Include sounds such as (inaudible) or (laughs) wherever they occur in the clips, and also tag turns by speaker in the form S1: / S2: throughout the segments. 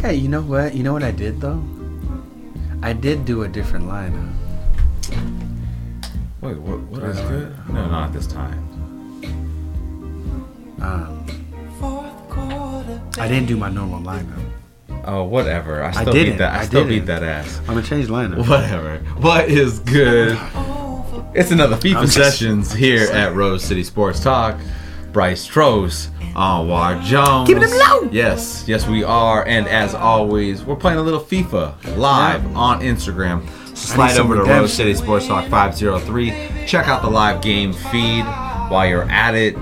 S1: Hey, you know what? You know what I did though? I did do a different lineup.
S2: Wait, what? What
S1: Wait,
S2: is
S1: wait.
S2: good? No, not this time.
S1: Um, I didn't do my normal lineup.
S2: Oh, whatever. I still
S1: didn't.
S2: beat that. I,
S1: I
S2: still
S1: didn't.
S2: beat that ass.
S1: I'm gonna change lineup.
S2: Whatever. What is good? It's another FIFA
S1: I'm just-
S2: sessions here at Rose City Sports Talk. Bryce Trost, Anwar Jones.
S1: Keep it low.
S2: Yes, yes, we are. And as always, we're playing a little FIFA live on Instagram. Slide
S1: some
S2: over to
S1: redemption.
S2: Rose City Sports Talk 503. Check out the live game feed while you're at it.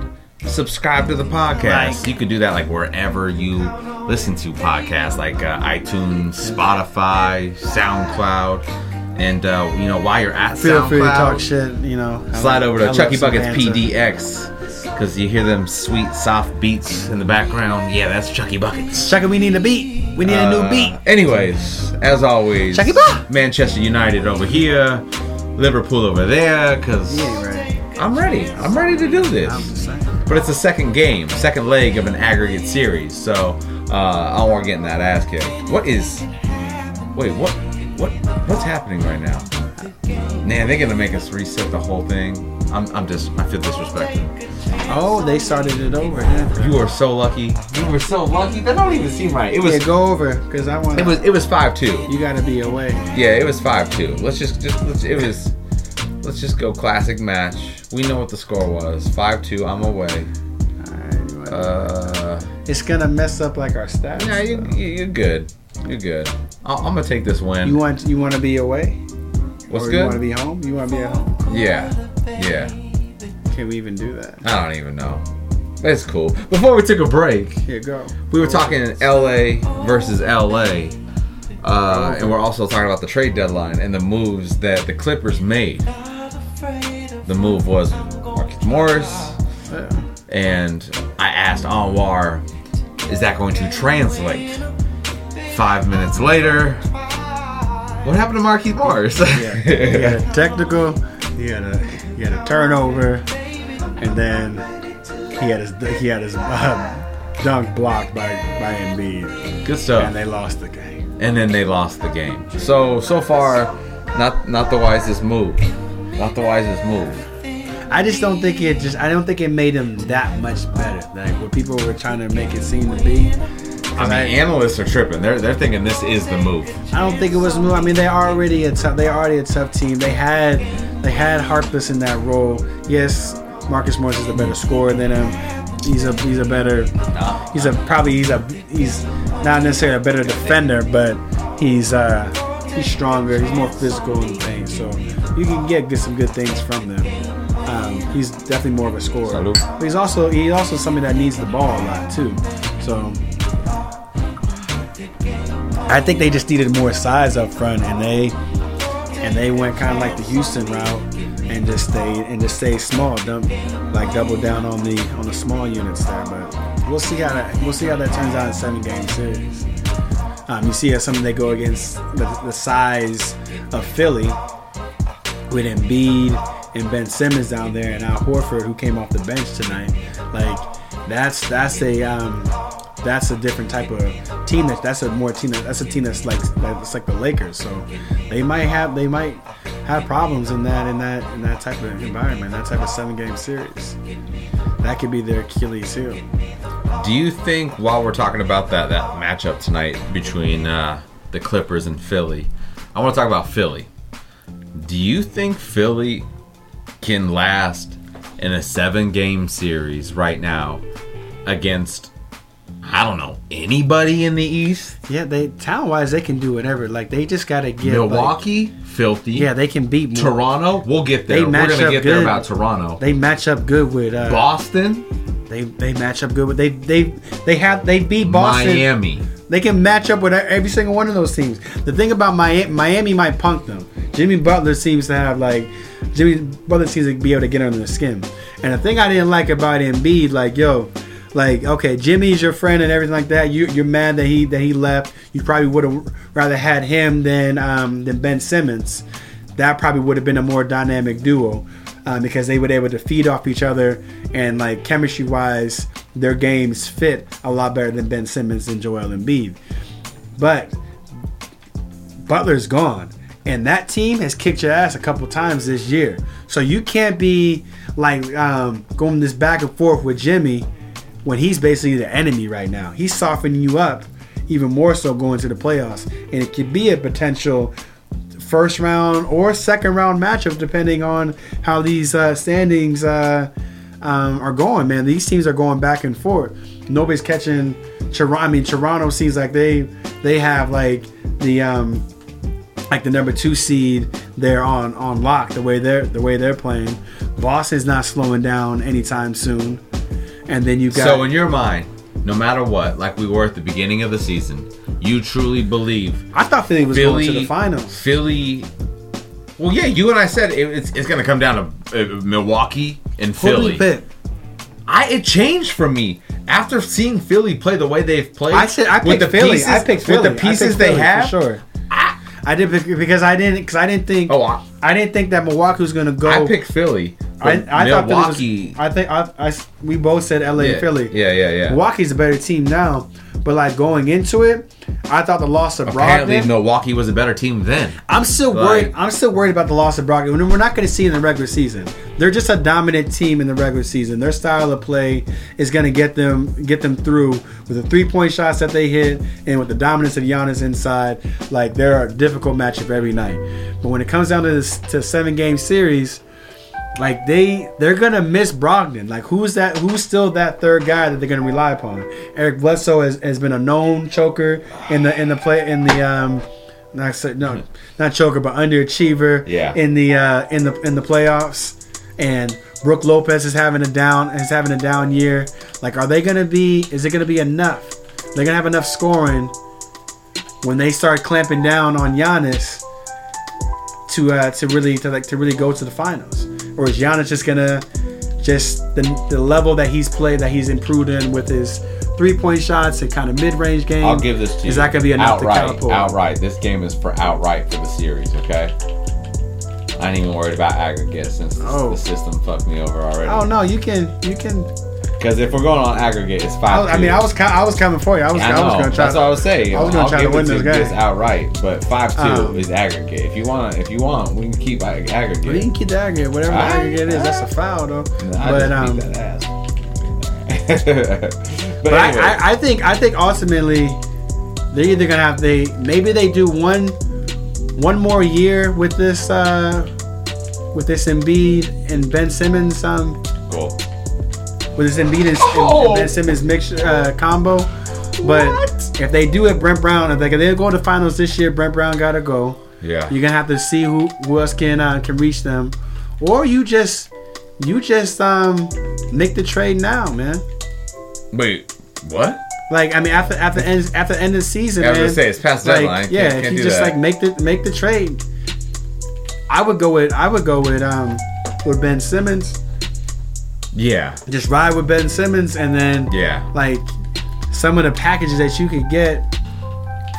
S2: Subscribe to the podcast.
S1: Like.
S2: You can do that like wherever you listen to podcasts, like uh, iTunes, Spotify, SoundCloud, and uh, you know while you're at
S1: Feel
S2: SoundCloud,
S1: free to talk shit. You know. I
S2: Slide
S1: love-
S2: over
S1: I
S2: to
S1: love
S2: Chucky
S1: some
S2: Buckets
S1: banter.
S2: PDX because you hear them sweet soft beats in the background. Yeah, that's Chucky Buckets.
S1: Chucky, we need a beat. We need a new
S2: Uh,
S1: beat.
S2: Anyways, as always,
S1: Chucky Buck.
S2: Manchester United over here, Liverpool over there. Cause
S1: You ain't right.
S2: I'm ready. I'm ready to do this.
S1: I'm just saying.
S2: But it's the second game, second leg of an aggregate series. So uh, I don't want to get in that ass kick. What is? Wait, what? What? What's happening right now? Man, they're gonna make us reset the whole thing. I'm, I'm just, I feel disrespected.
S1: Oh, they started it over. Yeah.
S2: You are so lucky. You were so lucky. That don't even seem right. It was,
S1: Yeah, go over, cause I want.
S2: it was, it was five two.
S1: You gotta be away.
S2: Yeah, it was five two. Let's just, just, let's, it was, let's just go classic match. We know what the score was. Five two. I'm away.
S1: Alright, you wanna-
S2: Uh.
S1: it's gonna mess up like our stats.
S2: No, you,
S1: though.
S2: you, you're good. You're good. I'll, I'm gonna take this win.
S1: You want you want to be away? or
S2: What's
S1: You
S2: good?
S1: want to be home? You want to be at home?
S2: yeah, yeah.
S1: Can we even do that?
S2: I don't even know. That's cool. Before we took a break,
S1: Here, go.
S2: we were talking LA versus LA, uh, and we're also talking about the trade deadline and the moves that the Clippers made. The move was Marcus Morris,
S1: Yeah.
S2: and I asked Anwar, is that going to translate? Five minutes later, what happened to Marquise Morris?
S1: Yeah. You got a technical. You got a you got a turnover, and then he had his he had his uh, dunk blocked by by Embiid,
S2: (laughs) Good stuff.
S1: and they lost the game.
S2: and then they lost the game. So so far, not not the wisest move. Not the wisest move.
S1: I just don't think it just I don't think it made him that much better. Like what people were trying to make it seem to be.
S2: I mean, analysts are tripping. They're they're thinking this is the move.
S1: I don't think it was Lou. I mean, they already a tough. They already a tough team. They had they had Harkless in that role. Yes, Marcus Morris is a better scorer than him. He's a he's a better. He's a probably he's a he's not necessarily a better defender, but he's uh he's stronger. He's more physical and things. So you can get get some good things from them. Um, he's definitely more of a scorer.
S2: Salute.
S1: But he's also he's also somebody that needs the ball a lot too. So I think they just needed more size up front, and they and they went kind of like the Houston route and just stayed and just stayed small, dump, like double down on the on the small units there. But we'll see how that we'll see how that turns out in seven game series. Um, you see how some they go against the, the size of Philly with Embiid and Ben Simmons down there, and Al Horford who came off the bench tonight. Like that's that's a um, that's a different type of team. That that's a more team. That, that's a team that's like that's like the Lakers. So they might have they might have problems in that in that in that type of environment, that type of seven game series. That could be their Achilles heel.
S2: Do you think while we're talking about that that matchup tonight between uh, the Clippers and Philly, I want to talk about Philly. Do you think Philly can last in a seven game series right now against I don't know anybody in the East?
S1: Yeah, they talent wise they can do whatever. Like they just gotta get like-
S2: Milwaukee, filthy.
S1: yeah, they can beat more.
S2: Toronto, we'll get there.
S1: They
S2: We're
S1: match
S2: gonna
S1: up
S2: get there
S1: good.
S2: about Toronto.
S1: They match up good with uh,
S2: Boston,
S1: They they match up good with they they they have they beat Boston.
S2: Miami.
S1: They can match up with every single one of those teams. The thing about Miami, Miami might punk them. Jimmy Butler seems to have like Jimmy Butler seems to be able to get under their skin. And the thing I didn't like about Embiid, like yo, like okay, Jimmy's your friend and everything like that. You you're mad that he that he left. You probably would have rather had him than um, than Ben Simmons. That probably would have been a more dynamic duo um, because they were able to feed off each other and like chemistry wise, their games fit a lot better than Ben Simmons and Joel Embiid. But Butler's gone. And that team has kicked your ass a couple times this year. So you can't be like um, going this back and forth with Jimmy when he's basically the enemy right now. He's softening you up even more so going to the playoffs. And it could be a potential first round or second round matchup depending on how these uh, standings uh, um, are going, man. These teams are going back and forth. Nobody's catching Toronto. I mean, Toronto seems like they they have like the um, like the number two seed there on on lock the way they're the way they're playing. Boston's not slowing down anytime soon. And then you got
S2: So in your mind, no matter what, like we were at the beginning of the season, you truly believe
S1: I thought Philly was
S2: Philly
S1: going to the finals.
S2: Philly. Well, yeah, you and I said it, it's it's gonna come down to uh, Milwaukee and
S1: Who do you
S2: Philly.
S1: pick?
S2: I it changed for me after seeing Philly play the way they've played.
S1: I said I picked
S2: with the
S1: Philly.
S2: Pieces,
S1: I picked Philly.
S2: with the
S1: I
S2: pieces
S1: picked
S2: they
S1: Philly,
S2: have.
S1: For sure. I did bec- because I didn't because I didn't think
S2: Oh, I,
S1: I didn't think that Milwaukee was going to go.
S2: I picked Philly.
S1: I,
S2: but
S1: I thought that
S2: Milwaukee.
S1: it was. I think I, I s- we both said LA
S2: yeah,
S1: and Philly.
S2: Yeah, yeah, yeah.
S1: Milwaukee's a better team now, but like going into it, I thought the loss of
S2: Apparently,
S1: Brogdon.
S2: Milwaukee was a better team then.
S1: I'm still
S2: Like-
S1: worried. I'm still worried about the loss of Brogdon. We're we're not going to see it in the regular season. They're just a dominant team in the regular season. Their style of play is going to get them get them through with the three point shots that they hit and with the dominance of Giannis inside. Like they're a difficult matchup every night. But when it comes down to this to seven game series, like they they're gonna miss Brogdon. Like who's that? Who's still that third guy that they're gonna rely upon? Eric Bledsoe has, has been a known choker in the in the play in the um not so- no not choker but underachiever
S2: Yeah.
S1: in the uh, in the in the playoffs. And Brooke Lopez is having a down is having a down year. Like are they gonna be? Is it gonna be enough? They're gonna have enough scoring when they start clamping down on Giannis to uh, to really to like to really go to the finals, or is Giannis just gonna just the, the level that he's played that he's improved in with his three point shots and kind of mid range game?
S2: I'll give this to you.
S1: Is that gonna be enough
S2: outright,
S1: to catapult?
S2: Outright. This game is for outright for the series, okay? I ain't even worried about aggregate since the-
S1: Oh.
S2: the system fucked me over
S1: Oh
S2: already.
S1: no, you can you can.
S2: Because if we're going on aggregate, it's
S1: I,
S2: five.
S1: was- I mean, I was ki- I was coming for you. I was I,
S2: I know.
S1: was gonna try.
S2: That's what I was saying.
S1: I was gonna
S2: I'll
S1: try to
S2: give it
S1: win this
S2: you
S1: game.
S2: just outright, but five two
S1: Um,
S2: is aggregate. If you want, if you want, we can keep ag- aggregate.
S1: But you can keep the aggregate, whatever the
S2: All right,
S1: aggregate is.
S2: all
S1: That's a foul though.
S2: I
S1: but
S2: just beat
S1: um,
S2: that ass. (laughs) but,
S1: But
S2: anyway,
S1: I, I, I think I think ultimately they're either gonna have they maybe they do one one more year with this uh, with this Embiid and Ben Simmons um
S2: cool.
S1: with this Embiid and, and
S2: Oh.
S1: Ben Simmons mix uh, combo. But if they do it, Brent Brown if they if they go to finals this year, Brent Brown gotta go.
S2: Yeah.
S1: You're gonna have to see who, who else can uh, can reach them, or you just you just um make the trade now, man.
S2: Wait, what?
S1: Like I mean, after after end after end of the season,
S2: Yeah, I was
S1: man.
S2: gonna say, it's past
S1: like,
S2: deadline. Can't-
S1: Yeah,
S2: can't
S1: if you
S2: do
S1: just
S2: that.
S1: like make the make the trade, I would go with I would go with um with Ben Simmons.
S2: Yeah.
S1: Just ride with Ben Simmons, and then
S2: Yeah.
S1: like some of the packages that you could get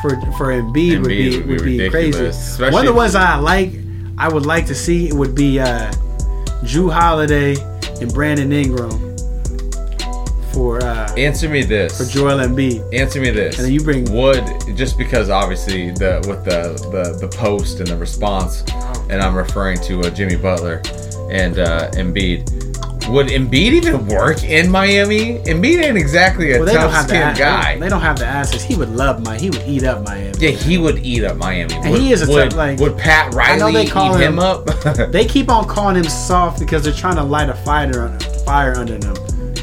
S1: for for Embiid, would
S2: Embiid
S1: be
S2: would be
S1: would be
S2: ridiculous,
S1: crazy.
S2: especially
S1: One of the
S2: if-
S1: ones I like, I would like to see would be uh, Drew Holiday and Brandon Ingram for uh,
S2: Answer me this.
S1: for Joel Embiid.
S2: Answer me this.
S1: And then you bring-
S2: would just because obviously the with the the, the post and the response,
S1: Oh.
S2: and I'm referring to uh, Jimmy Butler and uh, Embiid. Would Embiid even work in Miami? Embiid ain't exactly a
S1: Well, they don't
S2: tough
S1: have the
S2: skinned
S1: ass-
S2: guy.
S1: They, they don't have the assets. He would love my. He would eat up Miami.
S2: yeah, he would eat up Miami.
S1: And
S2: would,
S1: he is a tough,
S2: would,
S1: like-
S2: Would Pat
S1: I know
S2: Riley
S1: they
S2: eat
S1: call
S2: him,
S1: him- (laughs)
S2: up?
S1: They keep on calling him soft because they're trying to light a fire under fire under them,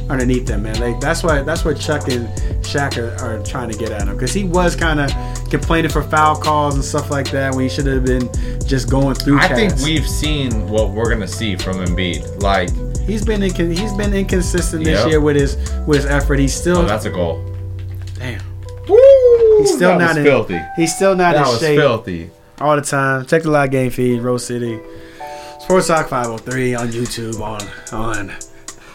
S1: underneath them, man. Like that's why that's what Chuck and Shaq are, are trying to get at him because he was kind of complaining for foul calls and stuff like that when he should have been just going through.
S2: (laughs) I think
S1: cats.
S2: we've seen what we're gonna see from Embiid. Like,
S1: he's been inc- he's been inconsistent this
S2: Yep.
S1: year with his with his effort. He's still
S2: oh, that's a goal.
S1: damn.
S2: Woo!
S1: He's still
S2: that
S1: not
S2: was
S1: in,
S2: filthy.
S1: He's still not
S2: That
S1: in
S2: was
S1: shape.
S2: filthy.
S1: all the time. Check the live game feed, Row City, Sports Talk 503 on YouTube, on on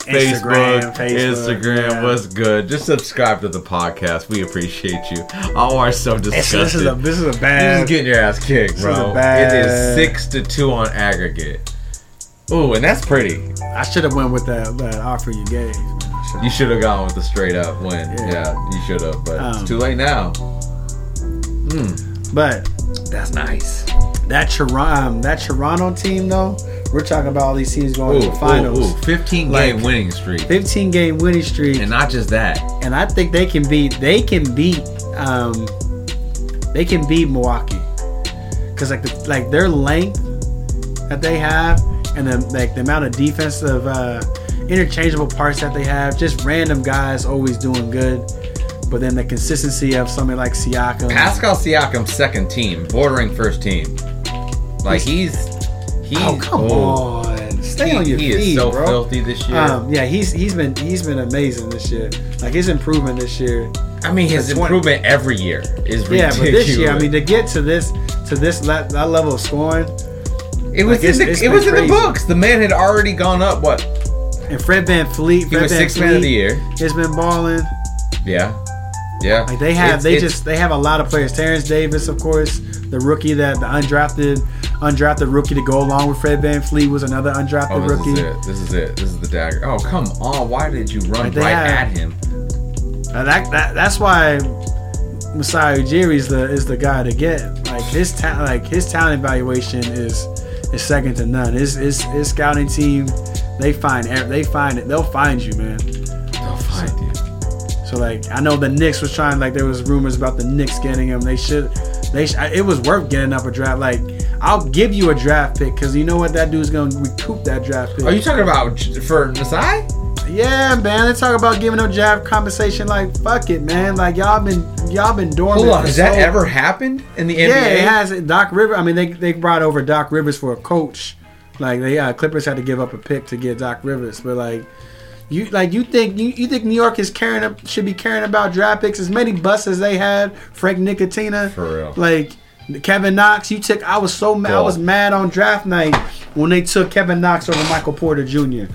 S1: Instagram,
S2: Facebook,
S1: Facebook,
S2: Instagram
S1: yeah.
S2: was good. Just subscribe to the podcast. We appreciate you. All are so
S1: This,
S2: disgusted.
S1: this is a this is a
S2: You're just
S1: bad.
S2: getting your ass kicked,
S1: is
S2: bro.
S1: a bad-
S2: It is six to two on aggregate. Ooh, and that's pretty.
S1: I should have went with that, that offer you gave. man. I should've-
S2: You should have gone with the straight up win. Yeah,
S1: Yeah.
S2: you should have, but
S1: Um,
S2: it's too late now.
S1: But
S2: That's nice.
S1: that Toronto, that Toronto team though, we're talking about all these teams going
S2: Ooh,
S1: to the finals.
S2: ooh, ooh, 15 game
S1: Like-
S2: winning streak.
S1: 15 game winning streak,
S2: And
S1: and,
S2: not just that.
S1: I think they can beat they can beat um they can beat Milwaukee because like the, like their length that they have and the like the amount of defensive uh, interchangeable parts that they have, just random guys always doing good, but then the consistency of something like Siakam.
S2: Pascal Siakam's second team, bordering first team. Like he's he's
S1: oh come on, stay
S2: He,
S1: on your
S2: he
S1: feet,
S2: is so
S1: bro.
S2: filthy this year.
S1: Um, yeah, he's he's been he's been amazing this year. Like his improvement this year
S2: I mean, his
S1: the 20
S2: improvement every year is ridiculous.
S1: Yeah, but this year, I mean, to get to this to this le- that level of scoring,
S2: it was
S1: like,
S2: in
S1: it's-
S2: the,
S1: it's
S2: it
S1: been
S2: was in the
S1: crazy.
S2: books. The man had already gone up. What
S1: and Fred Van Fleet, Fred
S2: he was
S1: Van
S2: sixth man of the year.
S1: has been balling.
S2: Yeah, yeah.
S1: Like they have,
S2: It's-
S1: they
S2: it's-
S1: just they have a lot of players. Terrence Davis, of course, the rookie that the undrafted undrafted rookie to go along with Fred Van Fleet was another undrafted
S2: Oh, this is
S1: rookie.
S2: it. This is it. This is the dagger. Oh come on! Why did you run
S1: Like, they
S2: right
S1: have-
S2: at him?
S1: Uh, that, that that's why Masai Ujiri is the is the guy to get. Like his ta- like his talent evaluation is is second to none. His his, his scouting team, they find ev- they find it. They'll find you, man.
S2: They'll find you.
S1: So like I know the Knicks was trying like there was rumors about the Knicks getting him. They should they sh- it was worth getting up a draft. Like I'll give you a draft pick because you know what that dude's gonna recoup that draft pick.
S2: Are you talking about j- for Masai?
S1: yeah, man. They talk about giving up draft compensation. Like fuck it, man. Like y'all been y'all been dormant.
S2: Hold on,
S1: for
S2: has that
S1: so-
S2: ever happened in the NBA?
S1: Yeah, it has. Doc Rivers. I mean, they they brought over Doc Rivers for a coach. Like they uh, Clippers had to give up a pick to get Doc Rivers, but like. You like you think you, you think New York is caring up, should be caring about draft picks as many busts as they had Frank Nicotina
S2: For real.
S1: like Kevin Knox you took I was so mad I
S2: Ball.
S1: was mad on draft night when they took Kevin Knox over Michael Porter Jr.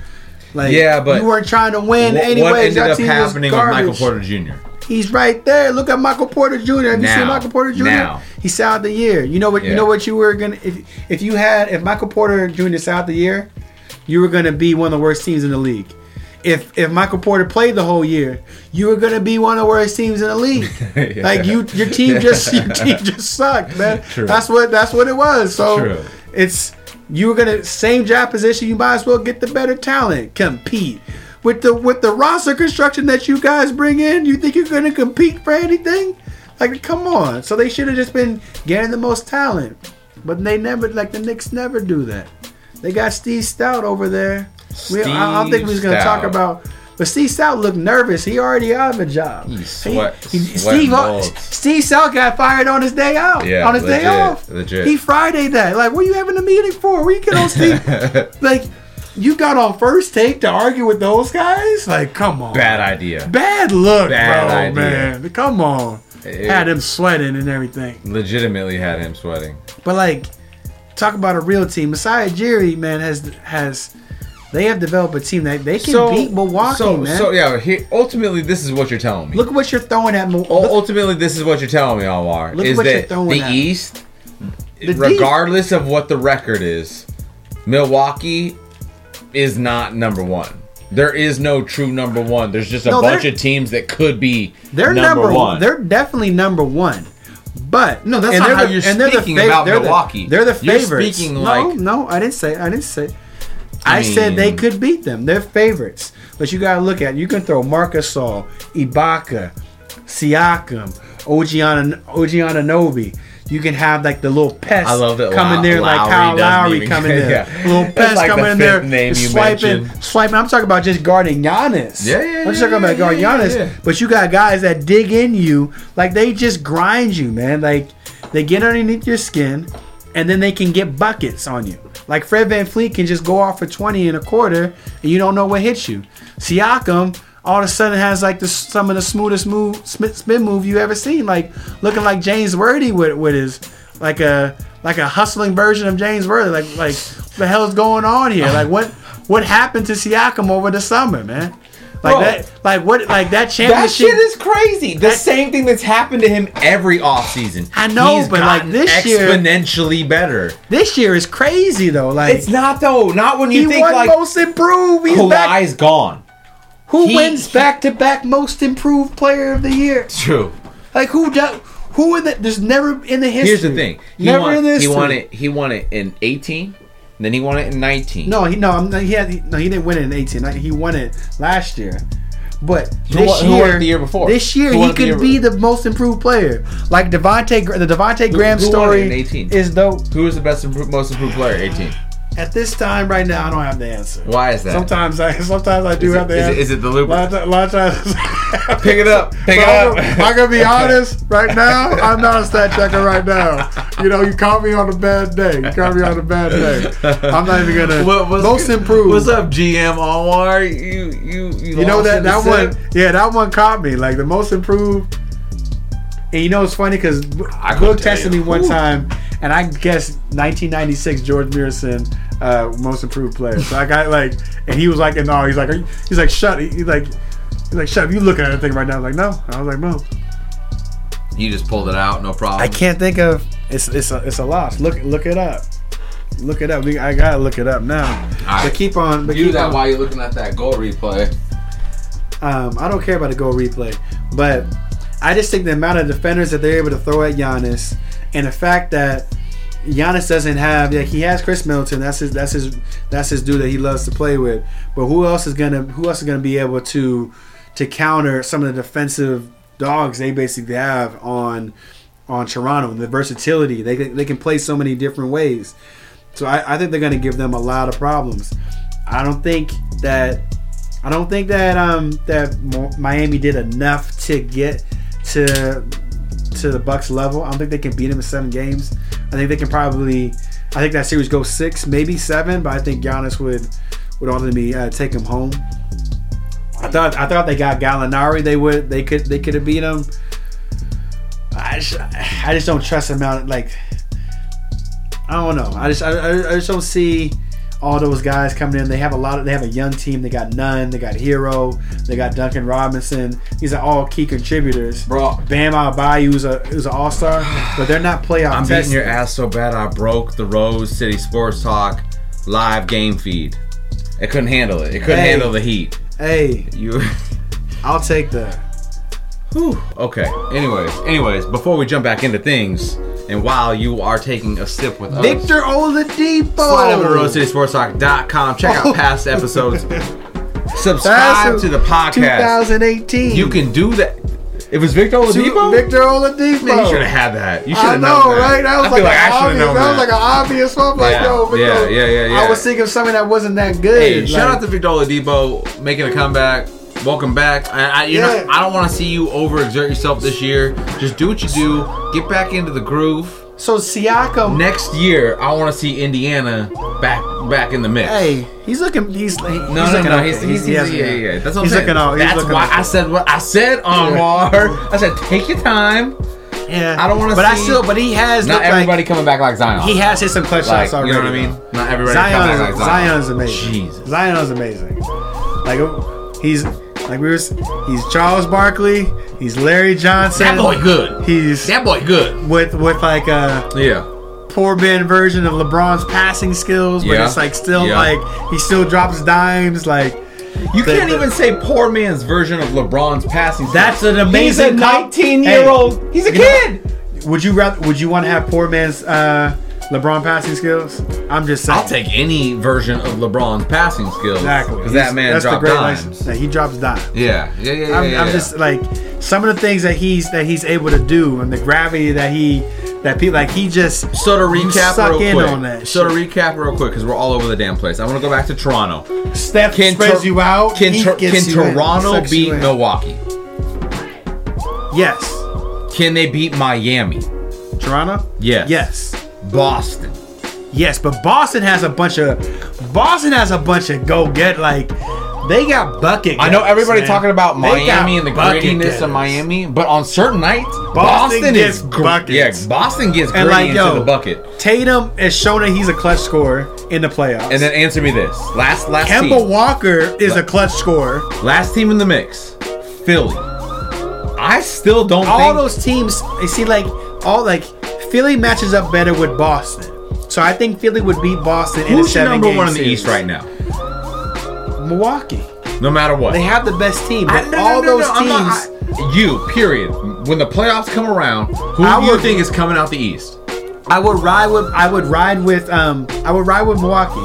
S1: Like
S2: Yeah, but
S1: you weren't trying to win
S2: Wh-
S1: anyway.
S2: what ended up happening with Michael Porter Jr.?
S1: He's right there. Look at Michael Porter Jr. Have you
S2: Now.
S1: seen Michael Porter Jr.?
S2: Now.
S1: He's out the year. You know what? You
S2: Yeah.
S1: know what you were gonna if if you had if Michael Porter Jr. is out the year, you were gonna be one of the worst teams in the league. If if Michael Porter played the whole year, you were gonna be one of the worst teams in the league.
S2: (laughs) Yeah.
S1: Like you, your team
S2: (laughs)
S1: just your team just sucked, man.
S2: True.
S1: That's what that's what it was. So
S2: True.
S1: it's you were gonna same job position. You might as well get the better talent, compete with the with the roster construction that you guys bring in. You think you're gonna compete for anything? Like, come on. So they should have just been getting the most talent, but they never like the Knicks never do that. They got Steve Stout over there. We, I, I don't think we was gonna talk
S2: Steve Stout.
S1: about. But Steve Stout looked nervous. He already have a job.
S2: He sweat-
S1: He- he-
S2: sweating
S1: Steve,
S2: bullets.
S1: Steve Stout got fired on his day out.
S2: Yeah,
S1: on his day
S2: legit,
S1: off.
S2: legit.
S1: He Friday that. Like, what you having a meeting for? Where you get on Steve?
S2: (laughs)
S1: like, you got on first take to argue with those guys? Like, come on.
S2: Bad idea.
S1: Bad look,
S2: Bad
S1: bro,
S2: idea.
S1: man. Come on.
S2: It-
S1: Had him sweating and everything.
S2: Legitimately had him sweating.
S1: But like, talk about a real team. Messiah Jerry, man, has has they have developed a team that they can beat Milwaukee,
S2: so,
S1: man.
S2: So yeah, he, ultimately this is what you're telling me.
S1: Look at what you're throwing at Milwaukee.
S2: U- ultimately this is what you're telling me, Omar.
S1: Look
S2: is
S1: what you're
S2: that
S1: throwing
S2: the
S1: at me.
S2: East,
S1: The D-
S2: regardless of what the record is, Milwaukee is not number one. There is no true number one. There's just a
S1: No,
S2: bunch
S1: they're-
S2: of teams that could be
S1: They're number,
S2: number,
S1: one.
S2: one.
S1: They're definitely number one. But
S2: No, that's
S1: and
S2: not
S1: they're
S2: how
S1: the-
S2: you're
S1: and they're the
S2: speaking
S1: fav-
S2: about
S1: they're the-
S2: Milwaukee.
S1: they're the
S2: You're
S1: favorites.
S2: speaking
S1: no,
S2: like-
S1: no, I didn't say. I didn't say. I,
S2: I
S1: said they
S2: mean-
S1: could beat them. They're favorites, but you gotta look at. You can throw Marcus All, Ibaka, Siakam, Ogiana, Ogiana Nobi. You can have like the little pest
S2: I love that
S1: coming
S2: Lou-
S1: there, like
S2: Lowry
S1: Kyle
S2: doesn't
S1: Lowry
S2: even-
S1: coming there,
S2: Yeah.
S1: little
S2: That's
S1: pest
S2: like the
S1: coming in there,
S2: fifth name you
S1: swiping,
S2: mentioned.
S1: swiping. I'm talking about just guarding Giannis.
S2: Yeah, yeah,
S1: I'm just
S2: yeah,
S1: talking about
S2: yeah,
S1: guarding
S2: yeah,
S1: Giannis.
S2: yeah.
S1: But you got guys that dig in you, like they just grind you, man. Like they get underneath your skin, and then they can get buckets on you. Like Fred Van Fleet can just go off for 20 and a quarter, and you don't know what hits you. Siakam all of a sudden has like the, some of the smoothest move, spin, spin move you ever seen. Like looking like James Worthy with with his like a like a hustling version of James Worthy. Like like what the hell's going on here? Like what what happened to Siakam over the summer, man? Like
S2: Bro.
S1: that, like what, like that
S2: That
S1: championship.
S2: shit is crazy. The same thing that's happened to him every offseason.
S1: I know, but, like,
S2: gotten
S1: this year-
S2: exponentially better.
S1: this year is crazy though. Like
S2: It's not though. Not when
S1: he
S2: you think
S1: won
S2: like
S1: most improved. He's back.
S2: Kawhi's gone.
S1: Who
S2: he-
S1: wins back to back most improved player of the year?
S2: True.
S1: Like who does? Who in the? There's never in the history.
S2: Here's the thing. He
S1: never
S2: won,
S1: in the
S2: He
S1: history.
S2: won it. He won it in 18. And then he won it in 19.
S1: No, he no, I'm not, he had he- no. He didn't win it in 18. Like, He won it last year. But
S2: Who
S1: this
S2: won- who
S1: year,
S2: won it the year before?
S1: this year
S2: Who
S1: he
S2: won it the
S1: could
S2: year
S1: be
S2: before?
S1: the most improved player. Like Devonte, the Devonte Graham
S2: who won it in
S1: story
S2: 18?
S1: is dope.
S2: Who is the best, impro- most improved player? 18.
S1: At this time right now, I don't have the answer.
S2: Why is that?
S1: Sometimes I (laughs) sometimes I do
S2: Is it-
S1: have the
S2: is it-
S1: answer.
S2: is it the
S1: loop? A lot of,
S2: loop?
S1: ti- a lot of times. (laughs)
S2: Pick it up. Pick it
S1: I'm,
S2: up. (laughs)
S1: I'm gonna be honest right now. I'm not a stat checker right now. You know, you caught me on a bad day. You caught me on a bad day. I'm not even gonna
S2: What- what's (laughs)
S1: most
S2: good-
S1: improved.
S2: What's up, GM Anwar? You you you,
S1: You know
S2: lost
S1: that
S2: in the
S1: that
S2: sim?
S1: one, yeah, that one caught me. Like the most improved. And you know it's funny because
S2: I
S1: Will
S2: couldn't tell
S1: tested
S2: you.
S1: me one
S2: Ooh.
S1: time, and I guessed 1996 George Mearson uh, most improved player. So I got like, and he was like, and all he's like, Are you, he's like, shut, he, he like, he's like, shut up. You looking at that thing right now? I was like, no. I was like, no.
S2: You just pulled it out, no problem.
S1: I can't think of. It's it's a, it's a loss. Look look it up. Look it up. We, I gotta look it up now.
S2: All
S1: But
S2: right.
S1: keep on. But
S2: You do
S1: keep
S2: that
S1: on.
S2: while you're looking at that goal replay.
S1: Um, I don't care about a goal replay, but I just think the amount of defenders that they're able to throw at Giannis, and the fact that Giannis doesn't have like he has Chris Middleton. That's his that's his that's his dude that he loves to play with. But who else is gonna who else is gonna be able to to counter some of the defensive dogs they basically have on on Toronto? The versatility they can- they can play so many different ways. So I, I think they're gonna give them a lot of problems. I don't think that I don't think that um that Mo- Miami did enough to get to to the Bucks level. I don't think they can beat them in seven games. I think they can probably. I think that series goes six, maybe seven, but I think Giannis would would ultimately uh, take them home. I thought I thought they got Gallinari. They would they could they could have beat them. I just, I just don't trust them out. Like I don't know. I just I, I- I just don't see all those guys coming in. They have a lot of they have a young team. They got Nunn. They got Hero. They got Duncan Robinson. These are all key contributors.
S2: Bro.
S1: Bam Adebayo who's a who's an all star, but they're not playoff.
S2: I'm
S1: tested.
S2: beating your ass so bad I broke the Rose City Sports Talk live game feed. It couldn't handle it. It couldn't
S1: Hey.
S2: handle the heat.
S1: Hey,
S2: You (laughs)
S1: I'll take that.
S2: Whew. Okay. Anyways, anyways, before we jump back into things, and while you are taking a sip with us,
S1: Victor Oladipo.
S2: slide over to RoseCitySportsTalk.com. Check
S1: Oh.
S2: out
S1: (laughs)
S2: past episodes. Subscribe
S1: That's
S2: to the podcast.
S1: 2018.
S2: You can do that. It was Victor Oladipo.
S1: Victor Oladipo.
S2: Man, you should have had that. You should
S1: I
S2: have
S1: know,
S2: known that.
S1: right? That was
S2: I
S1: like,
S2: feel
S1: an
S2: I should
S1: obvious.
S2: have known
S1: That was like an obvious one. Like,
S2: Yeah,
S1: yo, Victor.
S2: yeah, yeah, yeah, yeah.
S1: I was thinking of something that wasn't that good.
S2: Hey,
S1: like-
S2: shout out to Victor Oladipo making a comeback. Welcome back. I, I, you
S1: Yeah.
S2: know, I don't want to see you overexert yourself this year. Just do what you do. Get back into the groove.
S1: so Siakam.
S2: Next year, I want to see Indiana back back in the mix.
S1: hey, he's looking. He's no,
S2: No, no, no. He's, he's, he's, yeah, yeah, yeah. That's what I'm
S1: he's
S2: saying.
S1: looking out. He's
S2: That's
S1: looking
S2: why
S1: out.
S2: I said what I said, (laughs) Anwar. I said, take your time.
S1: Yeah,
S2: I don't wanna
S1: But I
S2: see-
S1: still. But he has
S2: Not
S1: looked
S2: everybody
S1: Like,
S2: coming back like Zion.
S1: he has hit some clutch
S2: like,
S1: shots already.
S2: you know what I mean? Not everybody coming
S1: Zion's,
S2: back like Zion.
S1: Zion's amazing.
S2: Jesus.
S1: Zion's amazing. Like he's like we were. s- He's Charles Barkley. He's Larry Johnson.
S2: That boy good.
S1: He's
S2: That boy good.
S1: with with like a
S2: Yeah.
S1: poor man version of LeBron's passing skills, but
S2: Yeah.
S1: it's like still
S2: Yeah.
S1: like he still drops dimes. Like
S2: You
S1: The-
S2: can't
S1: the-
S2: even say poor man's version of LeBron's passing. skills.
S1: That's an amazing
S2: He's a
S1: comp-
S2: 19
S1: Hey,
S2: year old. He's a
S1: you know-
S2: kid.
S1: would you rather? Would you want to have poor man's uh, LeBron passing skills? I'm just saying.
S2: I'll take any version of LeBron's passing skills.
S1: exactly
S2: Because
S1: He's-
S2: that man
S1: that's the
S2: dropped
S1: great
S2: dimes.
S1: license. Yeah, he drops dimes.
S2: Yeah. Yeah. Yeah. Yeah.
S1: I'm,
S2: yeah,
S1: I'm
S2: yeah.
S1: just like some of the things that he's that he's able to do and the gravity that he that people like he just
S2: So to recap
S1: suck
S2: real
S1: in
S2: quick.
S1: on that
S2: so to recap real quick, because we're all over the damn place. I want to go back to Toronto.
S1: Steph
S2: Can
S1: spreads
S2: Tor-
S1: you out.
S2: Can,
S1: he
S2: Tor-
S1: gets
S2: can
S1: you in,
S2: Toronto
S1: sucks
S2: beat
S1: you in.
S2: Milwaukee?
S1: Yes,
S2: Can they beat Miami?
S1: Toronto.
S2: Yes.
S1: Yes,
S2: Boston.
S1: yes. But Boston has a bunch of Boston has a bunch of go get like they got bucket.
S2: I know
S1: getters,
S2: everybody
S1: man.
S2: talking about
S1: They got
S2: Miami and the
S1: bucket
S2: grittiness
S1: getters.
S2: of Miami, but on certain nights, Boston,
S1: gets
S2: is gr-
S1: buckets.
S2: Yeah, Boston gets
S1: And
S2: gritty
S1: like
S2: into
S1: yo,
S2: the bucket.
S1: Tatum has shown that he's a clutch scorer in the playoffs.
S2: And then answer me this: last last
S1: Kemba
S2: team,
S1: Walker is a clutch scorer.
S2: last team in the mix, Philly. I still don't
S1: all
S2: think
S1: those teams you see like all like Philly matches up better with Boston. So I think Philly would beat Boston in a
S2: who's your
S1: seven
S2: number
S1: game
S2: one in the
S1: series.
S2: East right now.
S1: Milwaukee.
S2: No matter what,
S1: They have the best team,
S2: I-
S1: but
S2: no, no,
S1: all
S2: no,
S1: those
S2: no, I'm not-
S1: teams
S2: you, period. When the playoffs come around, who
S1: I
S2: do you
S1: would-
S2: think is coming out the East?
S1: I would ride with I would ride with um I would ride with Milwaukee,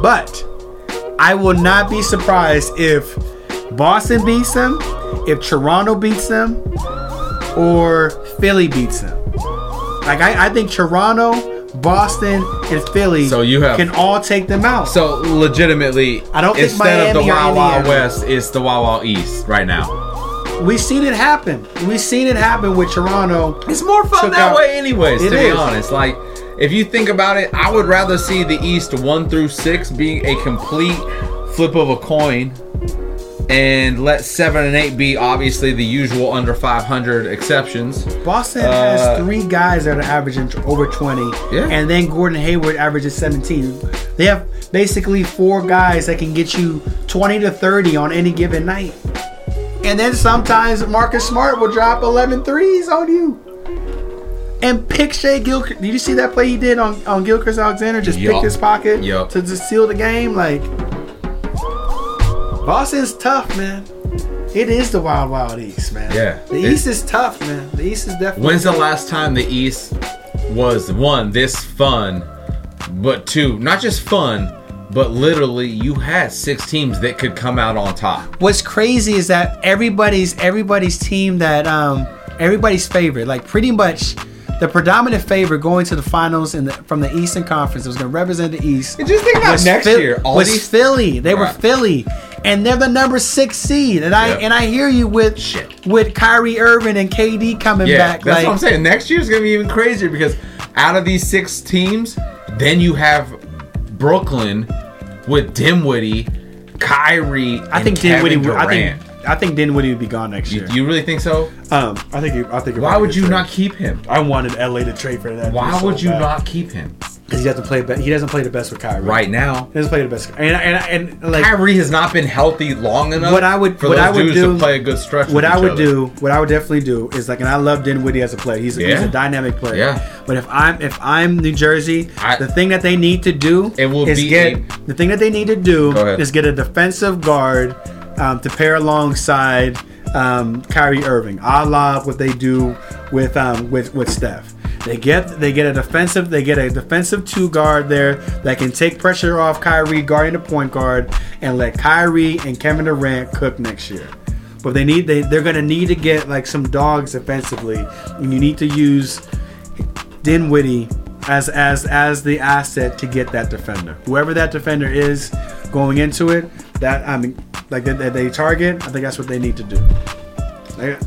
S1: but I will not be surprised if Boston beats them, if Toronto beats them, or Philly beats them. Like I, I think Toronto, Boston, and Philly
S2: So you have-
S1: can all take them out.
S2: So legitimately,
S1: I don't think
S2: instead of the
S1: Miami or
S2: Wild Wild
S1: Indiana-
S2: West, it's the Wild Wild East right now.
S1: We've seen it happen. We've seen it happen with Toronto.
S2: It's more fun
S1: Took
S2: that
S1: out-
S2: way, anyways.
S1: It
S2: to
S1: is.
S2: be honest, like if you think about it, I would rather see the East one through six being a complete flip of a coin, and let seven and eight be obviously the usual under 500 exceptions.
S1: Boston
S2: Uh,
S1: has three guys that are averaging t- over 20,
S2: Yeah.
S1: and then Gordon Hayward averages 17. They have basically four guys that can get you 20 to 30 on any given night. And then sometimes Marcus Smart will drop 11 threes on you. And pick Shea Gilchrist. Did you see that play he did on, on Gilchrist Alexander? Just
S2: Yup.
S1: picked his pocket
S2: Yup.
S1: to just seal the game. Like, Boston's tough, man. It is the Wild Wild East, man.
S2: Yeah.
S1: The
S2: It-
S1: East is tough, man. The East is definitely.
S2: When's the last time the East was one this fun, but two not just fun, but literally you had six teams that could come out on top.
S1: what's crazy is that everybody's everybody's team that um everybody's favorite like pretty much the predominant favorite going to the finals in the, from the Eastern Conference that was going to represent the East.
S2: And just think about next
S1: Phil-
S2: year, all
S1: was
S2: these-
S1: Philly. They were
S2: Right.
S1: Philly, and they're the number six seed. And I
S2: Yep.
S1: and I hear you with
S2: Shit.
S1: with Kyrie Irving and KD coming
S2: Yeah,
S1: back.
S2: that's
S1: like,
S2: what I'm saying. Next year's gonna be even crazier because out of these six teams, then you have Brooklyn with Dinwiddie, Kyrie.
S1: I think
S2: Kevin
S1: Dinwiddie. would-
S2: Durant.
S1: I think I think Dinwiddie would be gone next year.
S2: You, you really think so?
S1: um, I think. you- I think.
S2: Why would you not keep him?
S1: I wanted LA to trade for that.
S2: Why
S1: so
S2: would you
S1: bad.
S2: not keep him
S1: Because he doesn't play. Be- he doesn't play the best with Kyrie.
S2: right now?
S1: He doesn't play the best. And and, and like
S2: Kyrie has not been healthy long enough.
S1: What I would-
S2: for
S1: what
S2: those
S1: I would
S2: dudes
S1: do-
S2: to play a good stretch.
S1: what
S2: with
S1: I
S2: each
S1: would
S2: other.
S1: do, what I would definitely do is like, and I love Dinwiddie as a player. He's, he's
S2: Yeah.
S1: a dynamic player.
S2: Yeah.
S1: But if I'm if I'm New Jersey,
S2: I-
S1: the thing that they need to do
S2: It will
S1: is
S2: be
S1: get
S2: a-
S1: the thing that they need to do
S2: Go ahead.
S1: is get a defensive guard um, to pair alongside um, Kyrie Irving, a la what they do with um, with with Steph. They get they get a defensive they get a defensive two guard there that can take pressure off Kyrie guarding the point guard and let Kyrie and Kevin Durant cook next year. But they need they they're gonna need to get like some dogs offensively, and you need to use Dinwiddie as as as the asset to get that defender. Whoever that defender is going into it, that I mean, like that that they target. I think that's what they need to do. Like,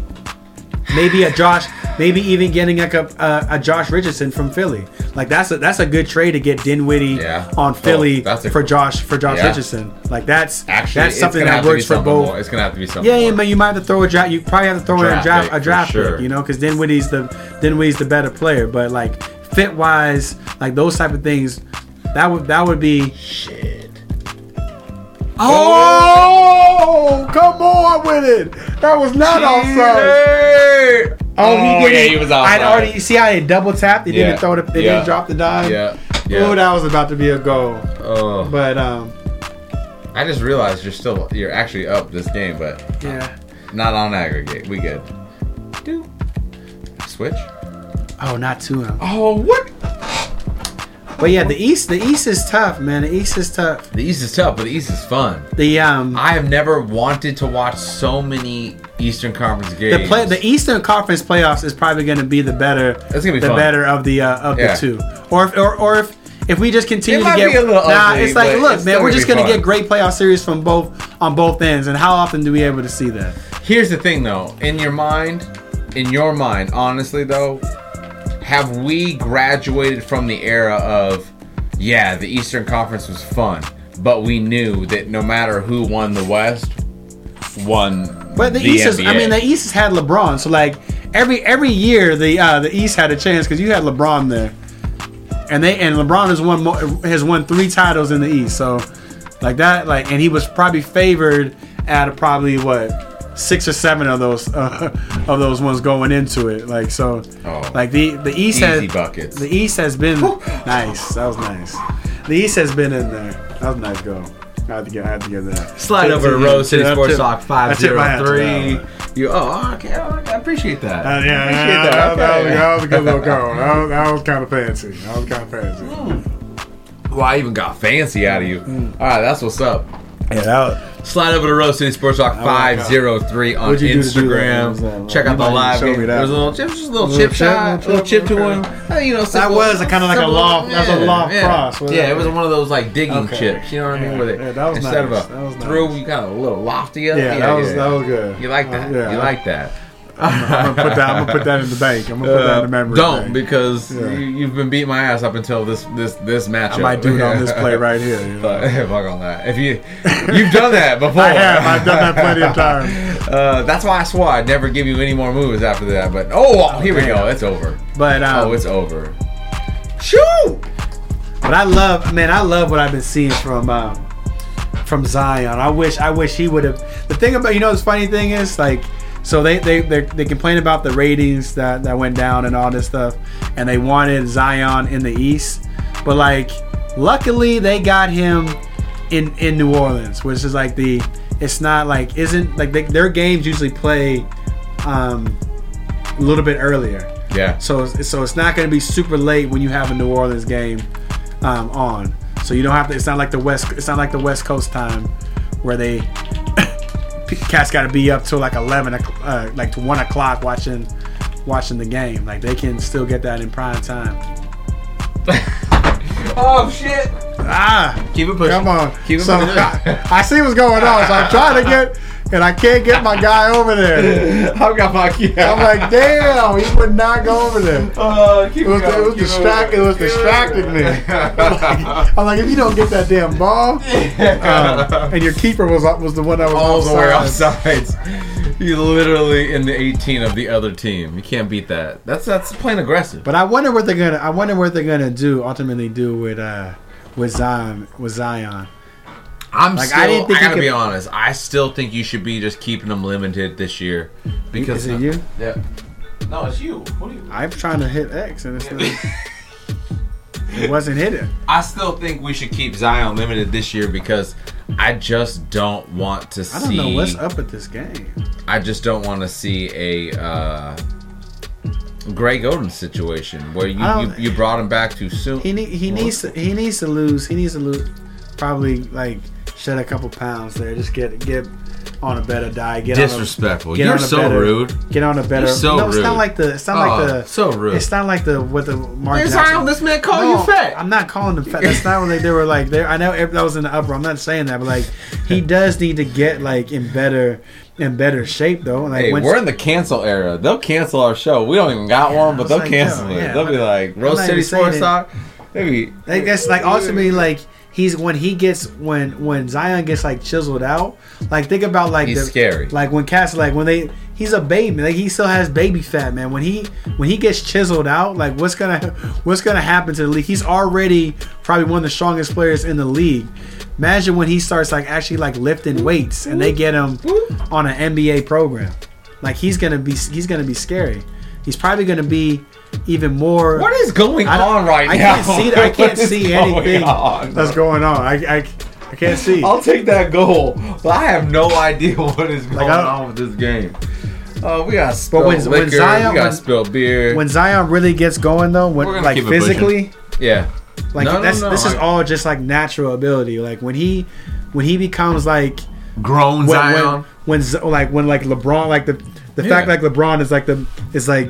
S1: maybe a Josh, maybe even getting like a, a a Josh Richardson from Philly. Like that's a that's a good trade to get Dinwiddie
S2: Yeah.
S1: on Philly
S2: Oh, that's a-
S1: for Josh for Josh
S2: Yeah.
S1: Richardson. Like that's
S2: Actually,
S1: that's
S2: it's
S1: something
S2: gonna have
S1: that
S2: to be
S1: works for
S2: something
S1: both.
S2: more. It's gonna have to be something.
S1: Yeah, yeah,
S2: more.
S1: man. You might have to throw a draft. You probably have to throw in a
S2: Draft
S1: draft,
S2: pick,
S1: a
S2: for
S1: draft
S2: sure.
S1: pick, you know, because Dinwiddie's the Dinwiddie's the better player. But like fit wise, like those type of things, that would that would be.
S2: Shit.
S1: Oh, come on with it! That was not
S2: Shit.
S1: Oh, he did
S2: yeah,
S1: it.
S2: he was
S1: I'd
S2: outside.
S1: already see how they double tapped. They
S2: Yeah.
S1: didn't throw the. They
S2: Yeah.
S1: didn't drop the dime.
S2: Yeah. Yeah.
S1: Oh, that was about to be a goal.
S2: Oh.
S1: But um,
S2: I just realized you're still you're actually up this game, but
S1: yeah.
S2: not on aggregate. We good. Do switch.
S1: Oh, not too. Huh?
S2: Oh, what?
S1: But yeah, the East. The East is tough, man. The East is tough.
S2: The East is tough, but the East is fun.
S1: The um.
S2: I have never wanted to watch so many Eastern Conference games.
S1: The play, the Eastern Conference playoffs is probably going to be the better,
S2: That's gonna be
S1: the
S2: fun.
S1: better of the uh, of
S2: Yeah.
S1: the two. Or if, or or if if we just continue
S2: It
S1: to
S2: might
S1: get
S2: be a little
S1: nah,
S2: ugly,
S1: it's like
S2: but
S1: look,
S2: it's
S1: man,
S2: still
S1: we're
S2: gonna
S1: just
S2: be
S1: going to
S2: fun.
S1: get great playoff series from both on both ends. And how often do we able to see that?
S2: Here's the thing, though. In your mind, in your mind, honestly, though, have we graduated from the era of, yeah, the Eastern Conference was fun, but we knew that no matter who won the West, won.
S1: But the, East is, I
S2: NBA.
S1: mean, the East has had LeBron, so like every every year the uh, the East had a chance because you had LeBron there, and they and LeBron has won more, has won three titles in the East, so like that like and he was probably favored at probably what six or seven of those (laughs) uh, of those ones going into it, like so
S2: Oh.
S1: like the the East
S2: Easy
S1: has
S2: buckets.
S1: the East has been nice, that was nice. The East has been in there, that was a nice go. I had to give, I had to give that.
S2: Slide
S1: Tip
S2: over to
S1: you.
S2: Rose City
S1: Tip-
S2: Sports
S1: tip-
S2: Talk
S1: I tip my hat to that
S2: 503.
S1: one.
S2: You, oh, okay. I I appreciate that.
S1: Uh, yeah,
S2: I
S1: yeah,
S2: appreciate
S1: that, that was,
S2: okay.
S1: that was a good little call. That was, that was kind of fancy. That was kind of fancy.
S2: Well, I even got fancy out of you.
S1: Mm.
S2: All right, that's what's up.
S1: Yeah, that was,
S2: Slide over to Rose City Sports Talk
S1: like that.
S2: 503 on
S1: What'd you do to do that? What was uh,
S2: Instagram.
S1: that?
S2: Check out the
S1: Nobody
S2: live.
S1: showed me
S2: There's
S1: that.
S2: a little, just a little
S1: Little
S2: chip
S1: chip,
S2: shot, a
S1: chip,
S2: little chip to
S1: okay.
S2: one. Uh, You know, simple-
S1: was a- kinda like a
S2: simple-
S1: loft- that's a loft
S2: yeah.
S1: cross, wasn't
S2: Yeah,
S1: it?
S2: it was one of those like digging
S1: Okay.
S2: chips. You know what I mean?
S1: Yeah,
S2: With it
S1: yeah, that was
S2: instead
S1: nice.
S2: of
S1: That
S2: a
S1: was
S2: throw,
S1: nice.
S2: you got a little lofty up.
S1: yeah, that was that was good.
S2: You like
S1: Uh,
S2: that?
S1: yeah,
S2: You like that?
S1: I'm gonna put that. I'm gonna put that in the bank. I'm gonna put that in the memory.
S2: Uh, don't
S1: bank.
S2: because
S1: Yeah.
S2: you, you've been beating my ass up until this this this matchup.
S1: I might do it on
S2: (laughs)
S1: this play right here. You know?
S2: Fuck fuck on that. If you you've done that
S1: (laughs)
S2: before,
S1: I have. I've done that plenty
S2: (laughs)
S1: of times.
S2: Uh, that's why I swore I'd never give you any more moves after that. But oh, here we go. It's over.
S1: But um,
S2: Oh, it's over. Shoo!
S1: But I love, man, I love what I've been seeing from um, from Zion. I wish, I wish he would have. The thing about, you know, the funny thing is, like, so they they they, they complain about the ratings that that went down and all this stuff, and they wanted Zion in the East, but like, luckily they got him in in New Orleans, which is like the, it's not like isn't like they, their games usually play. Um, a little bit earlier,
S2: Yeah.
S1: so it's- so it's not going to be super late when you have a New Orleans game um, on. So you don't have to. It's not like the west. It's not like the West Coast time where they (coughs) p- cats got to be up till like eleven, o'clock, uh, like to one o'clock watching watching the game. Like they can still get that in prime time.
S2: (laughs) Oh shit!
S1: Ah,
S2: Keep it pushing.
S1: come on.
S2: Keep it
S1: So
S2: pushing.
S1: I, (laughs) I see what's going on. So I'm trying to get, and I can't get my guy over there.
S2: I've got my key.
S1: I'm like, damn, he would not go over there.
S2: Uh, keep
S1: It was,
S2: going,
S1: it was
S2: keep
S1: distract. It was
S2: going.
S1: distracting me. I'm like, (laughs) I'm like, if you don't get that damn ball, um, and your keeper was was the one that was
S2: (laughs) all the way
S1: offside.
S2: offsides. He's literally in the 18 of the other team. You can't beat that. That's that's plain aggressive.
S1: But I wonder what they're gonna. I wonder what they're gonna do. Ultimately, do with uh, with Zion. With Zion.
S2: I'm
S1: Like,
S2: still. I,
S1: I didn't think
S2: gotta
S1: you
S2: be
S1: could-
S2: honest. I still think you should be just keeping them limited this year because
S1: Is it you?
S2: Yeah. No, it's you. What do you?
S1: I'm trying to hit X, and it's not,
S2: (laughs)
S1: it wasn't hitting.
S2: I still think we should keep Zion limited this year because I just don't want to
S1: I don't
S2: see.
S1: know what's up with this game.
S2: I just don't want to see a uh, Greg Oden situation where you,
S1: I
S2: you,
S1: don't-
S2: you brought him back too soon.
S1: He need, he
S2: Well,
S1: needs to, he needs to lose. He needs to lose. Probably like shed a couple pounds there. Just get get on a better diet. Get on a,
S2: disrespectful.
S1: get
S2: You're
S1: on a
S2: so
S1: better-
S2: rude.
S1: Get on a better.
S2: You're so
S1: no, it's
S2: rude.
S1: not like the. It's not
S2: Oh,
S1: like the.
S2: so rude.
S1: It's not like the what the Mark
S2: Hey,
S1: Jackson.
S2: Zion, this man called
S1: No,
S2: you fat.
S1: I'm not calling them fat. That's not what they, they were like. They, I know if that was in the uproar. I'm not saying that, but like
S2: (laughs)
S1: he does need to get like in better in better shape though. Like
S2: Hey,
S1: once-
S2: we're in the cancel era. They'll cancel our show. We don't even got one, but
S1: it's
S2: they'll
S1: like,
S2: cancel
S1: yo,
S2: it.
S1: yeah,
S2: they'll be
S1: I'm-
S2: like
S1: I'm
S2: Rose
S1: not
S2: City
S1: even saying
S2: Sports
S1: it.
S2: Talk. Maybe
S1: Like that's like ultimately like he's when he gets when when Zion gets like chiseled out. Like think about like
S2: He's scary.
S1: Like when Cass like when they he's a baby like he still has baby fat man. When he when he gets chiseled out like what's gonna what's gonna happen to the league? He's already probably one of the strongest players in the league. Imagine when he starts like actually like lifting weights and they get him on an NBA program. Like he's gonna be he's gonna be scary. He's probably gonna be even more.
S2: What is going
S1: I don't-
S2: on right
S1: I
S2: now?
S1: can't
S2: (laughs)
S1: see that- I
S2: What
S1: can't
S2: is
S1: see
S2: going
S1: anything.
S2: on?
S1: that's going on. I, I, I can't see.
S2: I'll take that goal, but I have no idea (laughs) what is going
S1: I don't-
S2: on with this game. Oh, we got spilled
S1: when-
S2: liquor.
S1: when Zion-
S2: we got
S1: when-
S2: spilled beer.
S1: When Zion really gets going though,
S2: We're
S1: when
S2: gonna
S1: like
S2: keep it pushing.
S1: physically,
S2: yeah,
S1: like
S2: No, no,
S1: that's
S2: no,
S1: this is
S2: I-
S1: all just like natural ability. Like when he when he becomes like
S2: grown
S1: when
S2: Zion.
S1: when, when Z- like when like LeBron like the the fact
S2: Yeah.
S1: like LeBron is like the is like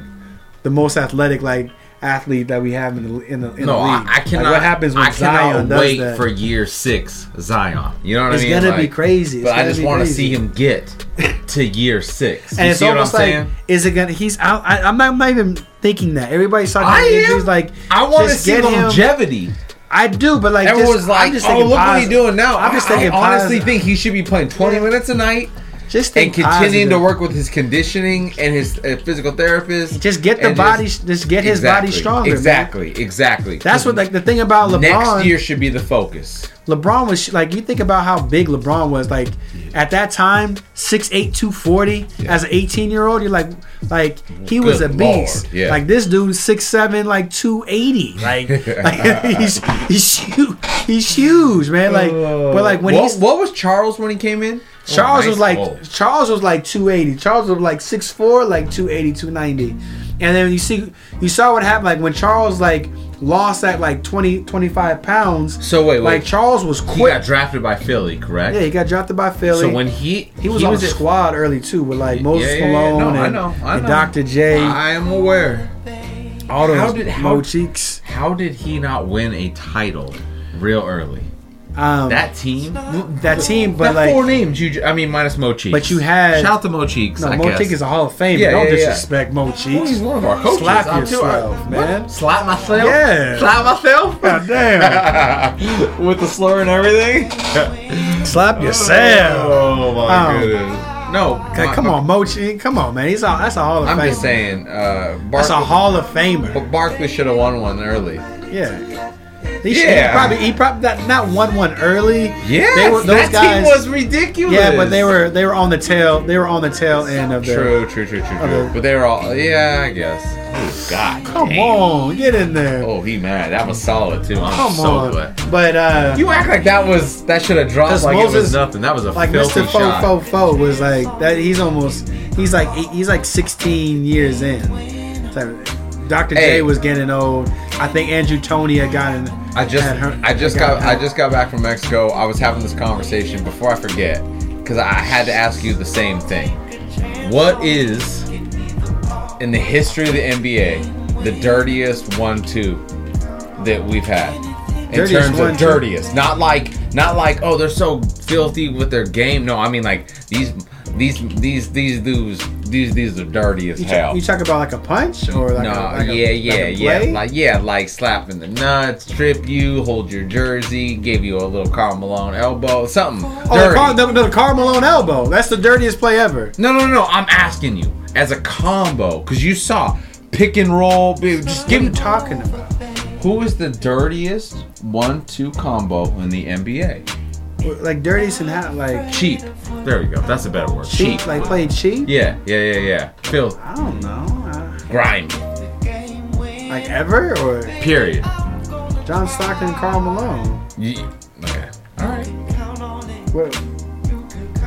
S1: the most athletic like athlete that we have in the in the, in
S2: no,
S1: the
S2: I,
S1: league.
S2: I cannot.
S1: Like, what happens when
S2: I cannot
S1: Zion does
S2: wait
S1: that?
S2: for year six Zion. You know what
S1: it's
S2: I mean?
S1: gonna be
S2: Like,
S1: crazy. It's
S2: But I
S1: gonna
S2: just
S1: be
S2: want to
S1: crazy.
S2: see him get
S1: (laughs)
S2: to year six.
S1: And
S2: you
S1: it's
S2: see what I'm
S1: almost like,
S2: saying?
S1: is it gonna? He's out. I, I'm, not, I'm not even thinking that. Everybody's talking.
S2: I
S1: about
S2: am.
S1: injuries, Like
S2: I want to
S1: just
S2: see
S1: get him-
S2: longevity.
S1: I do, but like
S2: Everyone's
S1: just,
S2: like,
S1: I'm just
S2: "Oh,
S1: thinking
S2: look what
S1: positive.
S2: he's doing now."
S1: I'm just
S2: I-
S1: thinking
S2: I honestly
S1: positive.
S2: think he should be playing 20 minutes a night.
S1: Just think
S2: and continuing to
S1: positive.
S2: work with his conditioning and his uh, physical therapist.
S1: Just get the
S2: and
S1: body. Just, get his
S2: Exactly,
S1: body stronger. man.
S2: Exactly, exactly.
S1: That's what like the thing about LeBron.
S2: next year should be the focus.
S1: LeBron was like you think about how big LeBron was like at that time 6'8 240
S2: Yeah.
S1: as an 18 year old you're like like he was a
S2: Good
S1: beast
S2: Lord, yeah.
S1: like this dude 6'7 like 280
S2: (laughs)
S1: like, (laughs) like he's he's huge he's huge man like but like when
S2: what,
S1: he's
S2: what was Charles when he came in?
S1: Charles
S2: Oh,
S1: was like
S2: nice goal.
S1: Charles was like 280. Charles was like 6'4", like 280, 290. And then you see you saw what happened like when Charles like lost that like 20 25 pounds.
S2: So wait, wait.
S1: like Charles was
S2: he
S1: quick.
S2: got drafted by Philly, correct?
S1: Yeah, he got drafted by Philly.
S2: so when he
S1: he was on the
S2: at-
S1: squad early too, with like Moses
S2: yeah, yeah.
S1: Malone
S2: No, I
S1: and,
S2: know, I
S1: and
S2: know.
S1: Dr. J,
S2: I am aware.
S1: all those
S2: how did- how-
S1: Mo Cheeks.
S2: How did he not win a title real early?
S1: Um, that,
S2: That team,
S1: team,
S2: that
S1: but like
S2: four names. You, ju- I mean, minus Mo Cheeks.
S1: But you had-
S2: shout out to Mo Cheeks.
S1: no,
S2: I
S1: Mo
S2: guess.
S1: Cheeks is a Hall of Famer.
S2: Yeah,
S1: Don't
S2: yeah, yeah.
S1: disrespect Mo
S2: Well, he's
S1: Cheeks.
S2: one of our coaches.
S1: Slap
S2: I'm too-
S1: yourself,
S2: I-
S1: man.
S2: (laughs) what? Slap myself.
S1: Yeah.
S2: Slap myself.
S1: God damn!
S2: (laughs) With the slur and everything.
S1: Slap yourself.
S2: Oh my
S1: Oh.
S2: goodness. No.
S1: God,
S2: my-
S1: come on, Mo Cheeks. Come on, man. He's all, that's a Hall of
S2: I'm
S1: Famer.
S2: just saying. Uh,
S1: That's a
S2: Barkley-
S1: Hall of Famer.
S2: But Barkley should have won one early.
S1: Yeah. He, should-
S2: Yeah.
S1: he probably he probably not, not won one early.
S2: Yeah,
S1: they were, those
S2: that
S1: guys.
S2: team was ridiculous.
S1: yeah, but they were they were on the tail they were on the tail end of their
S2: true, true, true, true, true.
S1: Okay.
S2: But they were all. Yeah, I guess. Oh God.
S1: Come
S2: dang.
S1: on, get in there.
S2: Oh, he mad. That was solid too. I'm
S1: Come
S2: so
S1: on.
S2: glad.
S1: But uh
S2: You act like that was that should have dropped
S1: 'Cause
S2: like it
S1: Moses-
S2: was nothing. That was a
S1: like
S2: filthy
S1: Mr. Fo
S2: shot.
S1: Fo Fo was like that he's almost he's like eight, he's like 16 years in. So, Dr.
S2: Hey.
S1: J was getting old. I think Andrew Tony had gotten
S2: I just
S1: had uh, her-
S2: I just
S1: had
S2: got I
S1: gotten-
S2: just got back from Mexico. I was having this conversation before I forget because I had to ask you the same thing. What is in the history of the NBA the dirtiest one-two that we've had in
S1: Dirtiest
S2: terms of
S1: one-two?
S2: dirtiest? Not like not like oh they're so filthy with their game. No, I mean like these these these these dudes these these are dirty as
S1: you,
S2: hell.
S1: talk, you talk about like a punch or like
S2: No,
S1: a, like a-
S2: yeah,
S1: like
S2: yeah,
S1: a
S2: yeah,
S1: blade?
S2: like yeah, like slapping the nuts, trip you, hold your jersey, give you a little Carl Malone elbow, something
S1: Oh,
S2: dirty.
S1: the Car- the, the Karl Malone elbow. That's the dirtiest play ever.
S2: no, no, no, I'm asking you as a combo because you saw pick and roll. Baby, just
S1: What are
S2: give
S1: you
S2: him. T-
S1: talking about?
S2: who is the dirtiest one-two combo in the NBA?
S1: Like dirtiest and how like
S2: Cheap. There we go. That's a better word.
S1: cheap, like playing cheap.
S2: Yeah, yeah, yeah, yeah. Phil
S1: I don't know. Uh,
S2: grimy.
S1: like ever or
S2: Period.
S1: John Stockton and Carl Malone.
S2: Ye- okay. All right.
S1: What?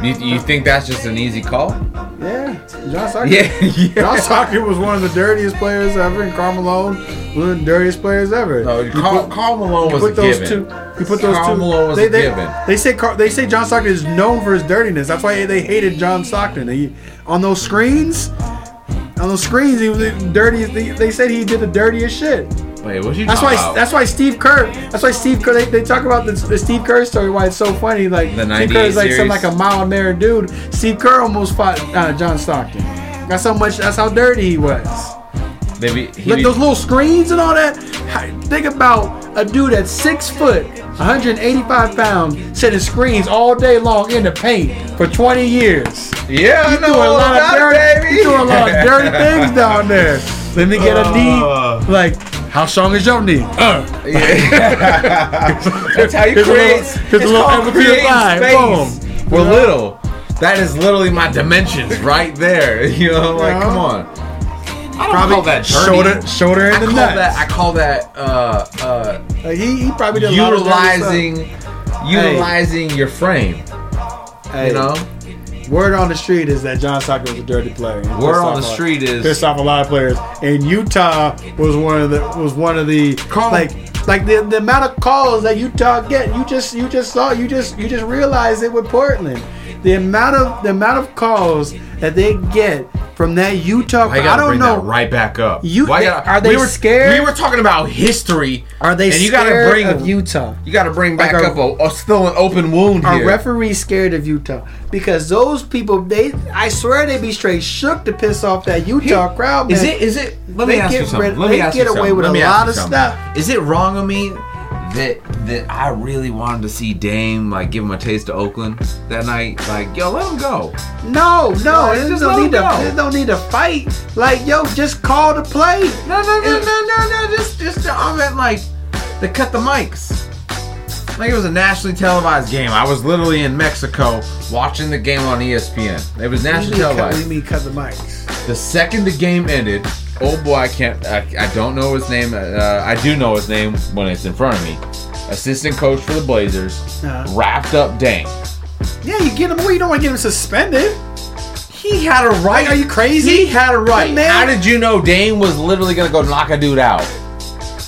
S2: You, you think that's just an easy call? (laughs)
S1: Yeah, John Stockton.
S2: Yeah. yeah.
S1: John Stockton was one of the dirtiest players ever, and Carl Malone one of the dirtiest players ever.
S2: No,
S1: You
S2: Carl,
S1: put-
S2: Carl Malone
S1: you
S2: was a
S1: put those
S2: given.
S1: two. You put those
S2: Karl
S1: two.
S2: Malone was
S1: they,
S2: a
S1: they,
S2: given.
S1: They say Car- they say John Stockton is known for his dirtiness. That's why they hated John Stockton. He, on those screens, on those screens, he was the dirtiest. They, they said he did the dirtiest shit.
S2: Wait, what you
S1: That's why.
S2: talking about?
S1: That's why Steve Kerr. That's why Steve Kerr. They, they talk about the, the Steve Kerr story. Why it's so funny. Like
S2: The
S1: Steve Kerr
S2: 98
S1: is like some
S2: series.
S1: like a mild mannered dude. Steve Kerr almost fought uh, John Stockton. That's how much. That's how dirty he was.
S2: They be- he
S1: Like
S2: be-
S1: those little screens and all that. Hi- Think about a dude at six foot, 185 pounds, sitting screens all day long in the paint for 20 years.
S2: yeah, I
S1: You
S2: know
S1: doing a
S2: all
S1: lot of
S2: about it,
S1: dirty,
S2: baby.
S1: you doing a lot of
S2: (laughs)
S1: dirty things down there. Let me get a
S2: Uh.
S1: D. Like, how strong is your knee? Uh.
S2: (laughs) Yeah. that's how you
S1: His little-
S2: create.
S1: his
S2: it's
S1: little
S2: called
S1: empathy
S2: creating
S1: line,
S2: space.
S1: boom.
S2: We're
S1: You know?
S2: little. That is literally my dimensions right there. (laughs) You know, like
S1: Yeah.
S2: come on. I don't
S1: Probably
S2: call that dirty.
S1: shoulder, shoulder
S2: I
S1: in the
S2: call
S1: nuts.
S2: that. I call that. Uh, uh,
S1: Like, he, he probably did a lot of dirty stuff.
S2: utilizing, utilizing your frame.
S1: Hey,
S2: You know,
S1: Word on the street is that John Stockton was a dirty player. He
S2: Word
S1: pissed
S2: on
S1: off
S2: the
S1: a-
S2: street is-
S1: pissed off a lot of players. And Utah was one of the was one of the
S2: Carl-
S1: like like the, the amount of calls that Utah get. You just you just saw you just you just realized it with Portland. The amount of the amount of calls that they get from that Utah.
S2: Why you
S1: I
S2: gotta
S1: don't
S2: bring
S1: know.
S2: that right back up?
S1: You-
S2: Why
S1: they-
S2: gotta-
S1: are they
S2: we were,
S1: scared?
S2: We were talking about history.
S1: Are they
S2: And
S1: scared
S2: you gotta bring-
S1: of Utah?
S2: You got to bring back
S1: Like a-
S2: up a, a still an open wound
S1: Are
S2: here.
S1: referees scared of Utah? Because those people, they I swear they be straight shook to piss off that Utah crowd. Man.
S2: is it? Is it? Let
S1: They get rid- they get away with a
S2: ask
S1: lot
S2: you
S1: of
S2: something.
S1: stuff.
S2: Is it wrong of me that that I really wanted to see Dame like give him a taste of Oakland that night. Like, yo, let him go.
S1: No, no,
S2: Like,
S1: it
S2: just
S1: don't
S2: let
S1: need to.
S2: him go.
S1: It don't need to fight. Like yo, just call the play.
S2: No, no, no, no, no, no. Just, just the comment like they cut the mics. Like it was a nationally televised game. I was literally in Mexico watching the game on E ESPN. It was
S1: We
S2: nationally
S1: mean, cut,
S2: televised.
S1: we mean cut the mics.
S2: The second the game ended, oh boy, I can't. I, I don't know his name. Uh, I do know his name when it's in front of me. Assistant coach for the Blazers
S1: Uh-huh.
S2: wrapped up Dame.
S1: Yeah, you get him away. You don't want to get him suspended.
S2: He had a right.
S1: Like, are you crazy?
S2: He had a right.
S1: The man-
S2: How did you know Dame was literally gonna go knock a dude out?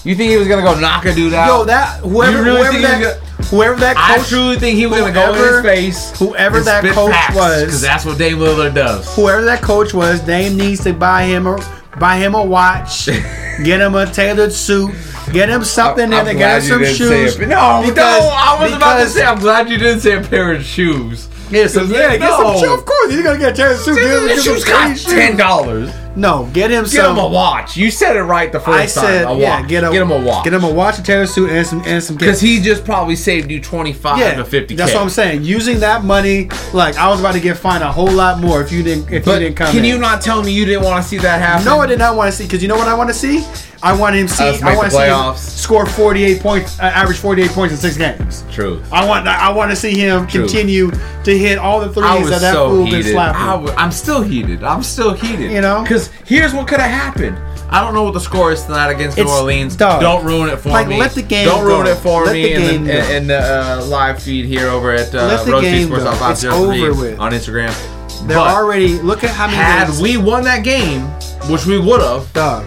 S2: You think he was gonna go knock a dude out?
S1: Yo, that whoever,
S2: You really
S1: whoever
S2: think he's
S1: that, whoever that
S2: I
S1: coach,
S2: truly think he was gonna go
S1: whoever-
S2: in his face.
S1: whoever that coach was.
S2: because that's what Dame Lillard does.
S1: whoever that coach was, Dame needs to buy him a buy him a
S2: (laughs)
S1: watch, get him a tailored suit, get him something and
S2: I'm
S1: they
S2: glad
S1: got
S2: you
S1: some
S2: didn't say
S1: shoes.
S2: a- no,
S1: because-
S2: no, I was about to
S1: because-
S2: say. I'm glad you didn't say a pair of shoes.
S1: Yeah, so,
S2: Because
S1: yeah,
S2: they-
S1: get some
S2: no.
S1: shoes. Of course, he's gonna get a tailored suit. Give him,
S2: His
S1: give him
S2: shoes got
S1: free
S2: ten dollars.
S1: No, get him
S2: Get
S1: some.
S2: him a watch. You said it right the first
S1: I said,
S2: time. A
S1: yeah,
S2: watch.
S1: get him,
S2: him a watch.
S1: Get him a watch, a tailored suit, and some and some.
S2: because he just probably saved you twenty five to fifty.
S1: that's what I'm saying. Using that money, like I was about to get fined a whole lot more if you didn't if
S2: But
S1: you didn't come.
S2: can
S1: in.
S2: you not tell me you didn't want to see that happen?
S1: No, I did not want to see because you know what I want to see. I want him see.
S2: Us
S1: I
S2: make
S1: want
S2: the
S1: to
S2: playoffs.
S1: see him score 48 points, uh, average 48 points in six games.
S2: Truth.
S1: I want. I want to see him
S2: True.
S1: continue to hit all the
S2: I
S1: threes
S2: was
S1: that that
S2: so
S1: fool been
S2: heated.
S1: slapping.
S2: I w- I'm still heated. I'm still heated.
S1: You know?
S2: because here's what could have happened. I don't know what the score is tonight against New
S1: It's-
S2: Orleans.
S1: dog.
S2: Don't ruin it for
S1: Like,
S2: me.
S1: let the game
S2: Don't ruin
S1: go.
S2: it for
S1: Let
S2: me
S1: the
S2: in
S1: game
S2: the,
S1: go.
S2: in, in the uh, live feed here over at uh,
S1: Let the
S2: Road City
S1: game
S2: Sports
S1: go.
S2: Out Live
S1: It's
S2: Zero Three
S1: over with.
S2: on Instagram.
S1: They're
S2: but
S1: already look at how many
S2: had
S1: games-
S2: we won that game, which we would have,
S1: dog.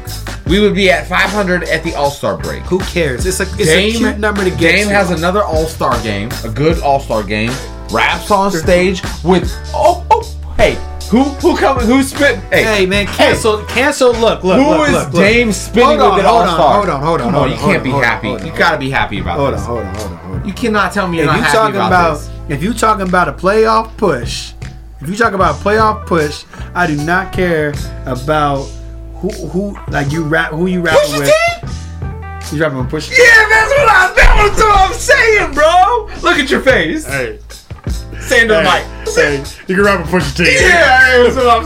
S2: we would be at 500 at the All Star break.
S1: Who cares? It's a it's a cute number to get.
S2: Dame
S1: to.
S2: has another All Star game, a good All Star game. Raps on stage with oh oh hey who who coming who spit hey,
S1: Hey man, cancel, cancel. Look, look,
S2: who
S1: look,
S2: is
S1: look, look.
S2: Dame spinning
S1: Hold on,
S2: with an
S1: hold
S2: All
S1: on,
S2: Star?
S1: hold on, hold on,
S2: Come
S1: hold
S2: you
S1: on,
S2: can't
S1: hold
S2: be
S1: on, hold
S2: happy.
S1: on, hold
S2: you
S1: on.
S2: gotta be happy about
S1: Hold on,
S2: this.
S1: hold on, hold on, hold on.
S2: You cannot tell me you're
S1: if
S2: not
S1: you
S2: happy
S1: talking
S2: about,
S1: about
S2: this.
S1: if you talking about a playoff push, if you talking about a playoff push, I do not care about who who like you rap who you rapping
S2: Pusha
S1: with.
S2: T?
S1: You rapping with push.
S2: Yeah, that's what I that's what I'm saying, bro. Look at your face.
S1: Hey,
S2: Saying to the mic.
S1: you can rap with push T.
S2: Yeah, that's what I'm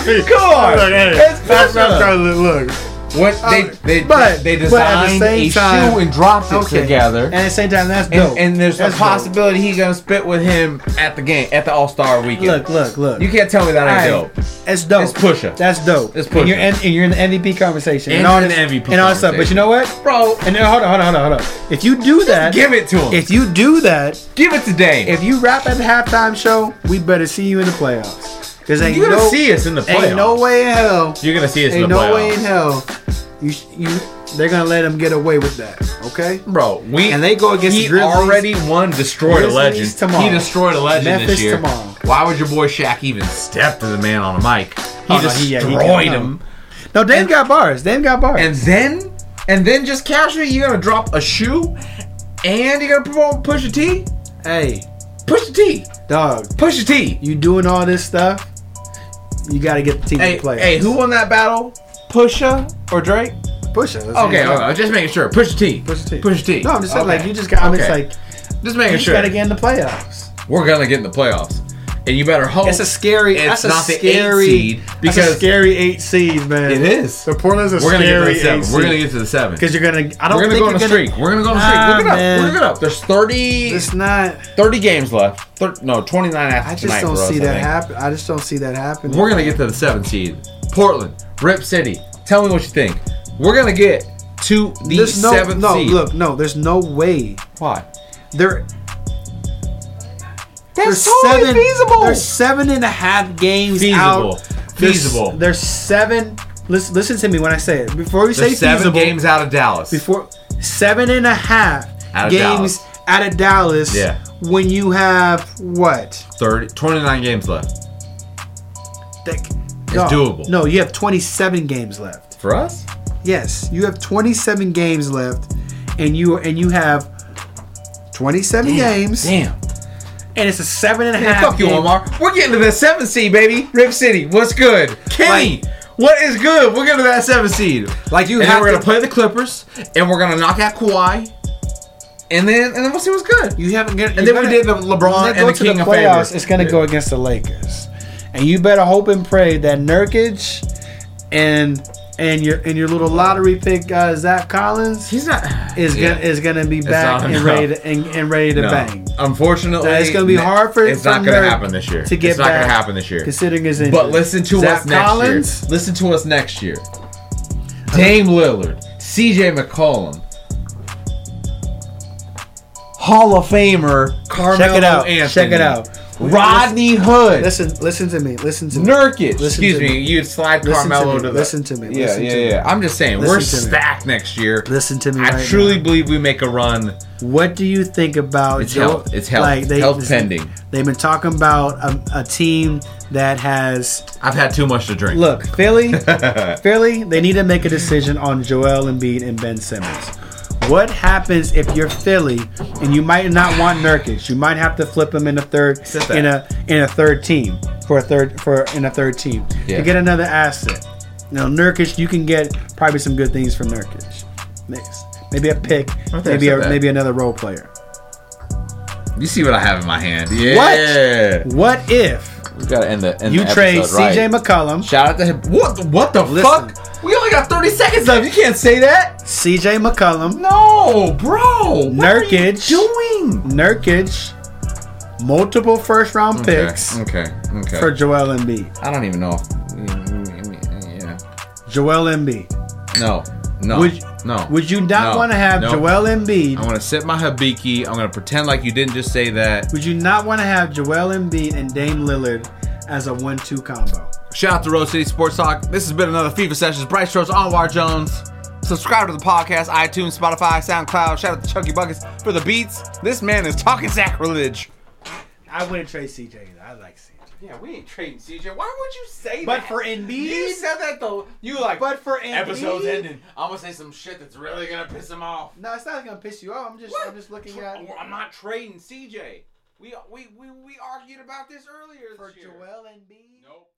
S2: saying. Come on, it's Uh, Pusha.
S1: to look.
S2: What they they
S1: But-
S2: they
S1: but at the
S2: designed
S1: same
S2: a
S1: time-
S2: shoe and dropped it
S1: Okay.
S2: together.
S1: And at the same time, that's
S2: And,
S1: dope.
S2: and there's
S1: that's
S2: a
S1: dope.
S2: possibility he gonna spit with him at the game at the All Star weekend.
S1: Look, look, look.
S2: you can't tell me that ain't
S1: All right.
S2: dope.
S1: It's dope.
S2: It's Pusha.
S1: That's dope.
S2: It's
S1: And
S2: Pusha.
S1: you're in, and you're in the MVP conversation.
S2: And
S1: all
S2: you're in
S1: this-
S2: the MVP
S1: And all this stuff. But you know what?
S2: Bro,
S1: And then, hold on, hold on, hold on, hold on. If you do that,
S2: give it to him.
S1: If you do that,
S2: give it to Dame.
S1: if you rap at the halftime show, we better see you in the playoffs. Because ain't
S2: you're gonna
S1: no,
S2: see us in the playoffs.
S1: ain't no way in hell.
S2: You're gonna see us in the
S1: Ain't no
S2: playoffs.
S1: way in hell. You sh- you they're gonna let them get away with that. Okay.
S2: Bro, we
S1: And they go against
S2: he
S1: the Grizzlies.
S2: already won, destroyed a
S1: Grizzlies
S2: legend.
S1: tomorrow.
S2: He destroyed a legend this
S1: Memphis
S2: year.
S1: tomorrow.
S2: Why would your boy Shaq even step to the man on the mic? He
S1: Oh, no, he- yeah, he
S2: destroyed
S1: did. No.
S2: him.
S1: No, Dame got bars. Dame got bars.
S2: And then, and then just casually, you're gonna drop a shoe, and you're gonna promote Pusha T.
S1: hey,
S2: Pusha T.
S1: dog,
S2: Pusha T.
S1: you doing all this stuff? You gotta get the team
S2: Hey,
S1: to play.
S2: hey, who won that battle? Pusha or Drake?
S1: Pusha. Let's
S2: Okay,
S1: see.
S2: okay, okay, just making sure. Pusha T.
S1: Pusha T.
S2: Pusha T.
S1: No, I'm just saying,
S2: Okay.
S1: like, you just got, I'm just
S2: Okay.
S1: like,
S2: just
S1: you
S2: making
S1: just
S2: sure.
S1: gotta get in the playoffs.
S2: We're gonna get in the playoffs, and you better hope
S1: It's a scary,
S2: It's
S1: that's a
S2: not the eight
S1: scary,
S2: seed,
S1: that's a
S2: because-
S1: scary eight seed, man.
S2: It is.
S1: So Portland's a
S2: We're gonna get to
S1: scary
S2: the
S1: eight
S2: seven. We're gonna
S1: seed.
S2: get to the seven.
S1: Because you're gonna, I don't
S2: We're gonna
S1: think
S2: go on a
S1: you're
S2: streak. We're gonna go on a streak.
S1: Nah,
S2: Look it up.
S1: man.
S2: Look it up. There's 30.
S1: It's not,
S2: 30 games left. Thir- no, 29 after
S1: I just
S2: tonight.
S1: don't
S2: for us,
S1: see
S2: I
S1: that
S2: think.
S1: happen. I just don't see that happening.
S2: We're gonna get to the seven seed. Portland, Rip City. Tell me what you think. We're gonna get to the
S1: there's no,
S2: seventh
S1: no,
S2: seed.
S1: look, no, there's no way.
S2: why?
S1: They're,
S2: That's
S1: they're
S2: totally
S1: seven,
S2: feasible.
S1: They're seven and a half games
S2: Feasible.
S1: out. They're s-
S2: Feasible.
S1: They're, seven. Listen, listen to me when I say it. Before we
S2: They're
S1: say
S2: seven
S1: feasible,
S2: games out of Dallas.
S1: before seven and a half
S2: Out of
S1: games
S2: Dallas.
S1: out of Dallas.
S2: Yeah.
S1: When you have what?
S2: 30, 29 games left
S1: That-
S2: doable.
S1: No, you have 27 games left.
S2: for us.
S1: Yes, you have 27 games left, and you and you have 27 games,
S2: Damn.
S1: and it's a seven and a half.
S2: Hey, fuck you,
S1: game-
S2: Omar. We're getting to the seventh seed, baby. Rip City, what's good? Kenny, what is good? We're getting to that seventh seed.
S1: Like you
S2: and then
S1: have
S2: we're
S1: to
S2: gonna play the Clippers, and we're gonna knock out Kawhi, and then and then we'll see what's good.
S1: You haven't get,
S2: And then we did the
S1: when
S2: LeBron
S1: they
S2: and
S1: go
S2: the
S1: to
S2: King
S1: the
S2: of
S1: playoffs,
S2: Favors.
S1: it's gonna go against the Lakers, and you better hope and pray that Nurkic and and your and your little lottery pick uh, Zach Collins
S2: He's not.
S1: is
S2: Yeah.
S1: gonna is gonna be back
S2: not
S1: and
S2: enough.
S1: ready to, and, and ready to
S2: No.
S1: bang.
S2: Unfortunately,
S1: Now, it's gonna be hard for-
S2: It's not
S1: for
S2: gonna
S1: Nurk
S2: happen this year.
S1: to get
S2: it's not
S1: back.
S2: gonna happen this year.
S1: Considering his injury,
S2: But listen to
S1: Zach
S2: us next
S1: Collins,
S2: year. Listen to us next year. Dame Lillard, C.J. McCollum, Hall of Famer Carmelo
S1: Check it out.
S2: Anthony,
S1: Check it out.
S2: Rodney Hood,
S1: Listen, listen to me. Listen to me.
S2: Nurkic.
S1: Listen
S2: Excuse
S1: to
S2: me,
S1: me.
S2: you'd slide
S1: Listen to
S2: Carmelo
S1: me.
S2: to the.
S1: Listen to me.
S2: Yeah,
S1: Listen
S2: yeah,
S1: to me.
S2: yeah. I'm just saying,
S1: Listen
S2: we're
S1: to me.
S2: stacked next year.
S1: Listen to me.
S2: I
S1: right
S2: truly
S1: now.
S2: believe we make a run.
S1: What do you think about
S2: It's health. It's health. Health pending.
S1: They've been talking about a, a team that has
S2: I've had too much to drink.
S1: look Philly.
S2: (laughs)
S1: Philly. They need to make a decision on Joel Embiid and Ben Simmons. What happens if you're Philly and you might not want Nurkic? You might have to flip him in a third
S2: Said that.
S1: in a in a third team for a third for in a third team
S2: Yeah.
S1: to get another asset. Now Nurkic, you can get probably some good things from Nurkic. Next, maybe a pick,
S2: think I
S1: maybe
S2: said
S1: a,
S2: that.
S1: maybe another role player.
S2: You see what I have in my hand.
S1: What?
S2: Yeah.
S1: What if
S2: We gotta end the end
S1: you
S2: the
S1: trade
S2: episode, right.
S1: CJ McCollum,
S2: Shout out to him. What? What the
S1: Listen.
S2: fuck? We only got thirty seconds left. You can't say that.
S1: CJ McCollum,
S2: No, bro. What are you
S1: Nurkic.
S2: doing?
S1: Nurkic, multiple first round
S2: Okay,
S1: picks
S2: Okay. Okay.
S1: for Joel Embiid.
S2: I don't even know. If, yeah.
S1: Joel Embiid.
S2: No. No.
S1: Would-
S2: no.
S1: Would you not
S2: No.
S1: want to have
S2: No.
S1: Joel Embiid?
S2: I'm gonna sip my habiki. I'm gonna pretend like you didn't just say that.
S1: Would you not want to have Joel Embiid and Dame Lillard as a one two combo?
S2: Shout out to Road City Sports Talk. This has been another FIFA Sessions. Bryce Schwartz, Anwar Jones. Subscribe to the podcast, iTunes, Spotify, SoundCloud. Shout out to Chucky Buckets for the beats. This man is talking sacrilege.
S1: I wouldn't trade CJ either. I like CJ.
S2: Yeah, we ain't trading CJ. Why would you say
S1: But
S2: that?
S1: for Embiid-
S2: You said that though. You like
S1: But for Embiid-
S2: episodes ending. I'm gonna say some shit that's really gonna piss him off.
S1: No, it's not gonna piss you off. I'm just I'm just looking
S2: Tra-
S1: at
S2: I'm not trading CJ. We we we, we argued about this earlier
S1: for
S2: this year.
S1: Joel Embiid.
S2: Nope.